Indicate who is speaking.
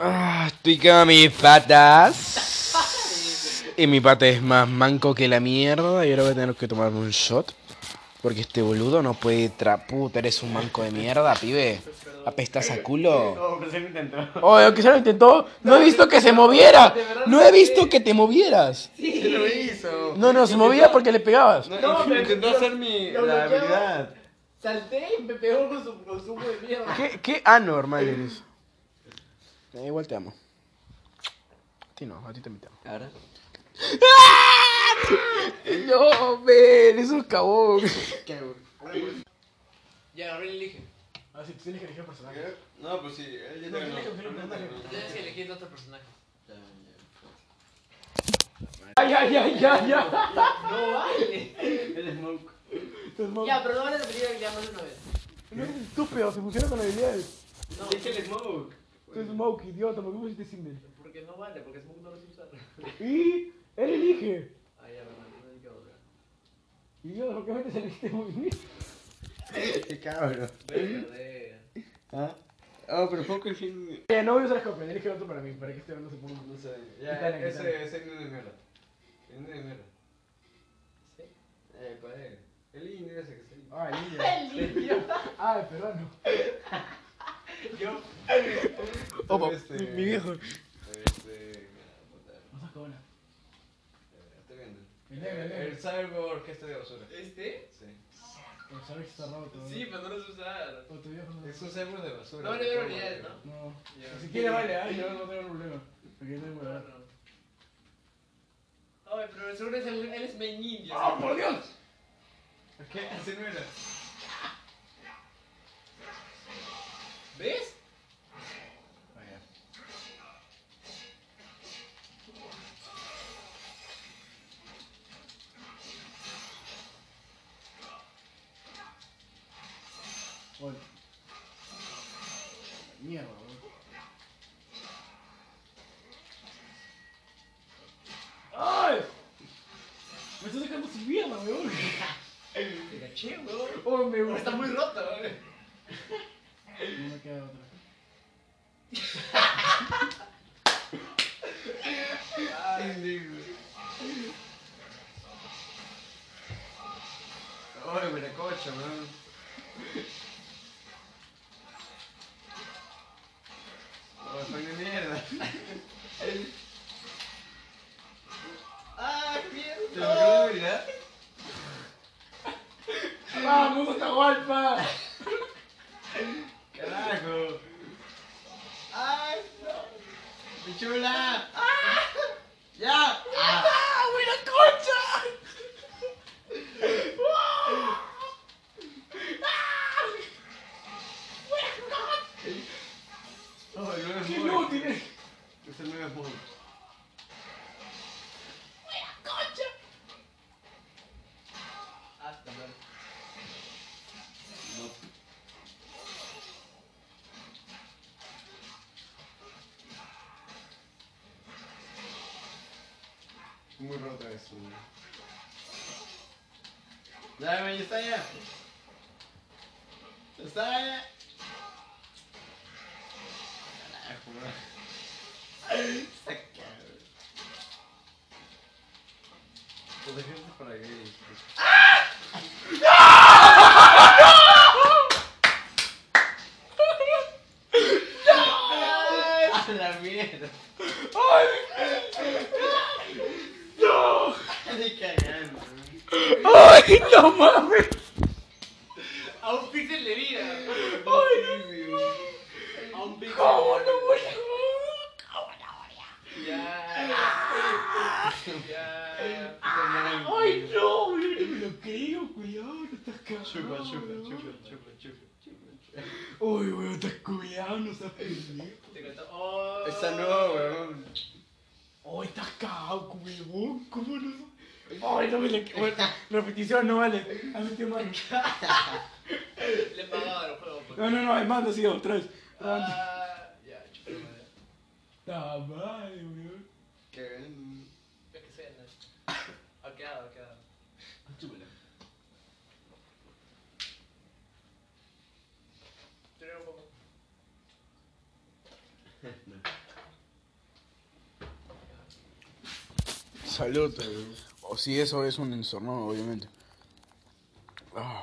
Speaker 1: Ah, estoy con mis patas. Y mi pata es más manco que la mierda. Y ahora voy a tener que tomarme un shot. Porque este boludo no puede tra... Puta, eres un manco de mierda, pibe. Apestas a culo.
Speaker 2: No, pensé que intentó.
Speaker 1: Oye, aunque ya lo intentó, no he visto que se moviera. No he visto que te movieras.
Speaker 2: Sí, lo hizo.
Speaker 1: No, no, se movía porque le pegabas.
Speaker 2: No,
Speaker 3: No, pero-
Speaker 2: intentó hacer mi
Speaker 3: lo
Speaker 2: la
Speaker 3: bloqueaba.
Speaker 2: habilidad.
Speaker 3: Salté y me pegó con su consumo de mierda.
Speaker 1: ¿Qué, qué anormal eres? Eh, igual te amo. A ti no, a ti también te amo.
Speaker 2: Ahora.
Speaker 1: No, men, eso es cabón.
Speaker 3: ¿Qué hago? Ya, Gabriel elige. Ahora sí, tú tienes que elegir un personaje.
Speaker 2: No, pues sí, él ya ganó.
Speaker 3: Tú tienes que elegir otro personaje. Ay, ay, ay, ay, ay. No vale.
Speaker 2: El smoke.
Speaker 3: Ya, pero no vale repetir el día más de una vez.
Speaker 4: No eres estúpido, se funciona con habilidades.
Speaker 3: No,
Speaker 2: Dije el smoke.
Speaker 4: Tú eres Smoke, idiota, ¿por qué pusiste Cinder?
Speaker 3: porque no vale, porque Smoke no lo sé usar.
Speaker 4: Y él elige.
Speaker 3: Ah, ya, verdad, no hay que volver.
Speaker 4: Idiota, ¿por qué metes en este movimiento?
Speaker 2: Qué cabrón.
Speaker 3: ¿Eh? Verde.
Speaker 2: Ah, oh, pero poco el fin.
Speaker 4: Eh, no voy a usar Scorpion, elige otro para mí, para que este hablando se ponga
Speaker 2: No
Speaker 4: un
Speaker 2: sé. Ya,
Speaker 4: Quítale,
Speaker 2: ese,
Speaker 4: quítale.
Speaker 2: ese no es de mierda. El no es de mierda. Eh, ¿cuál es? El indio ese que se
Speaker 4: Ah, el indio.
Speaker 3: El indio.
Speaker 4: Ah, el peruano.
Speaker 3: Yo.
Speaker 1: Opa,
Speaker 2: Este,
Speaker 1: mi- mi viejo.
Speaker 2: Este. puta,
Speaker 4: No seas cagona.
Speaker 2: Estoy viendo.
Speaker 4: El negro, el negro.
Speaker 2: El cyborg que está de basura.
Speaker 3: ¿Este?
Speaker 2: Sí.
Speaker 4: Pero Pues sabes que está roto.
Speaker 3: Sí, pero no lo sé usar.
Speaker 4: O tu viejo no.
Speaker 2: Es un cyborg de basura.
Speaker 3: No vale ver habilidades, ¿no?
Speaker 4: No.
Speaker 3: Ya.
Speaker 4: Si quiere, vale, ah, yo no tengo problema. Porque yo tengo
Speaker 3: No,
Speaker 4: problema.
Speaker 3: no. Ay, pero seguro es el- él es main ninja.
Speaker 4: ¡Oh, por Dios!
Speaker 2: ¿Qué? Así no era.
Speaker 3: ¿Ves?
Speaker 4: Bueno. Mierda, boludo. ¡Ay! Me está sacando su mierda, weón.
Speaker 3: Te caché, weón.
Speaker 4: Oh, me
Speaker 3: Pero Está muy roto, ¿eh? weón.
Speaker 4: No me queda otra.
Speaker 2: Ay, me la cocha, man. Oh, soy de mierda.
Speaker 3: ¡Ah,
Speaker 2: ¿Te lo creo de
Speaker 3: mierda!
Speaker 2: verdad?
Speaker 4: ¡Vamos, Atahualpa!
Speaker 2: Carajo.
Speaker 3: ¡Ay, no!
Speaker 2: ¡Mi chula! ¡Ya!
Speaker 3: ¡Ah, güey, la concha!
Speaker 2: Oh, el nuevo
Speaker 4: ¡Qué
Speaker 2: smoke.
Speaker 4: inútil!
Speaker 2: Es el nuevo smoke.
Speaker 3: Hasta Ah, mal.
Speaker 2: No. Muy roto eso, güey. Ya, güey, está ya. Está ya. Carajo, güey. Saca, güey. Lo dejaste para gay. A la mierda. ¡No! Ni cagando.
Speaker 4: ¡Ay, no mames!
Speaker 3: A un píxel de vida.
Speaker 2: ¡Ay, no!
Speaker 3: A un píxel.
Speaker 4: ¿Cómo no voy
Speaker 3: Ya. Ya.
Speaker 4: ¡Ay, no! Mira que me lo creo, cuidado, no estás cagado.
Speaker 2: Chupa, chupa, chupa, chupa, chupa, chupa.
Speaker 4: Uy, weón, estás cuidado, no seas pendejo.
Speaker 3: Te cantó. ¡Oh!
Speaker 2: Está nuevo, weón.
Speaker 4: ¡Ay, estás cagado, huevón! ¿Cómo no? ¡Ay, no me la Bueno, repetición no vale. Hazme este mano.
Speaker 3: Le he pagado el juego. pues.
Speaker 4: No, no, no, el mando sí, otra vez. Mando.
Speaker 3: Ah, ya, chupa la madre.
Speaker 4: ¡Ta madre, weón!
Speaker 2: Cagando.
Speaker 3: Es que sea, no. Ha quedado, ha quedado.
Speaker 2: Chúpala.
Speaker 3: Yo creo un poco.
Speaker 1: Salud. O si eso es un ensorno, obviamente. Ah.